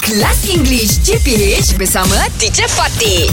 Kelas English CPH bersama Teacher Fatih.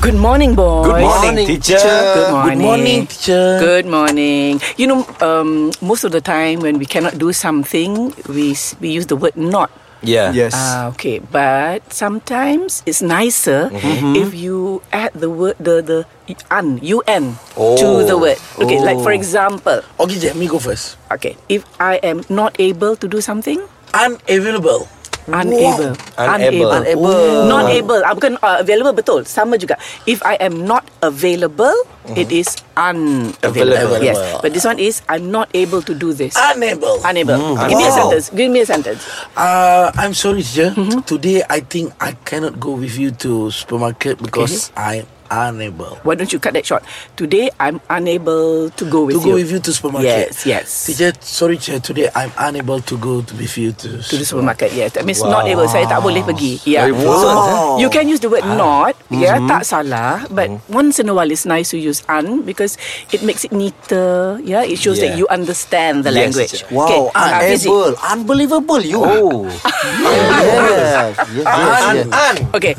Good morning, boys. Good morning, teacher. Good morning. Good morning, teacher. Good morning. You know, um, most of the time when we cannot do something, we s- we use the word not. Yeah. Yes. Ah, okay, but sometimes it's nicer if you add the word the the un un to the word. Okay, like for example, Okay, let me go first. okay, if I am not able to do something, Unavailable. Unable. Unable. Unable. Not able. Ah, bukan uh, available betul. Sama juga. If I am not available, Mhm. it is unavailable. Available. Yes. But this one is I'm not able to do this. Unable. Unable. Give me a Ah. Mm. Wow. sentence. Give me a sentence. uh, I'm sorry, teacher. Mm-hmm. Today, I think I cannot go with you to supermarket because I'm unable. Why don't you cut that short? Today I'm unable to go with to go you. with you to supermarket. Yes, yes. Teacher, sorry, teacher. Today, I'm unable to go to, with you to, to the supermarket. Yes, that means not able. Saya tak boleh pergi. Yeah. Very Ah. pleasant, Wow. eh? You can use the word not. Yeah, Mm-hmm. tak salah. But once in a while, it's nice to use un because it makes it neater. Yeah, it shows that you Yeah. understand the Yes, language. teacher. Wow, uh, Fizi. unable. Unbelievable you. Oh. Yes. yes, yes, Un, yes. un. Okay, Okay,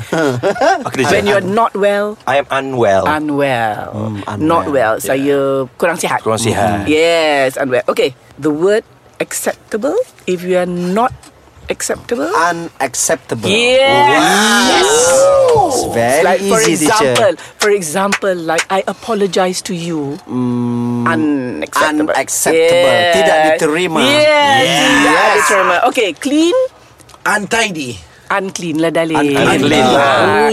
teacher. when you're not well, I am unwell. unwell, unwell. not well. Oh. Mm, Yeah. Saya kurang sihat. Mm. Kurang sihat. Yes, unwell. Okay, the word acceptable. If you are not acceptable, Ah. Unacceptable. Oh, yes. It's very like easy, for example, teacher. for example, like I apologize to you. unacceptable. unacceptable. Tidak diterima. Yes, tidak Yes. diterima. Okay, clean, untidy. unclean lah darling. Unclean lah.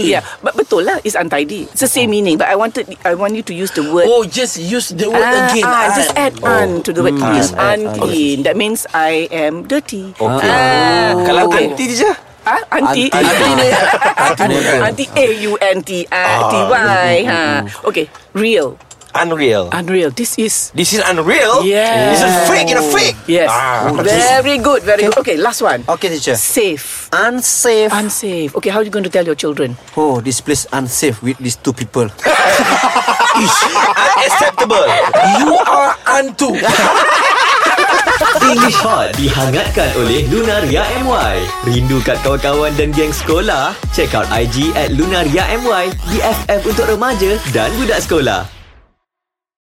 Ah, yeah, but betul lah. It's untidy. It's the same meaning. But I wanted, I want you to use the word. Oh, just use the word Ah, again. ah, un. just add un to the word clean. Just add un. unclean. That means I am dirty. Okay. Ah, Oh. Kalau okay. anti teacher. Ah, anti. Anti A U N T I T Y. Ha. Okay, real, Unreal. unreal. This is This is unreal. Yeah. This is fake in a fake. yes. Ah. Very good, very good. Okay, last one. Okay, teacher. Safe, Unsafe. unsafe. Okay, how are you going to tell your children? oh, this place unsafe with these two people. Unacceptable. You are unto. English Hot dihangatkan oleh Lunaria MY. Rindu kat kawan-kawan dan geng sekolah? Check out IG at Lunaria MY, BFF untuk remaja dan budak sekolah.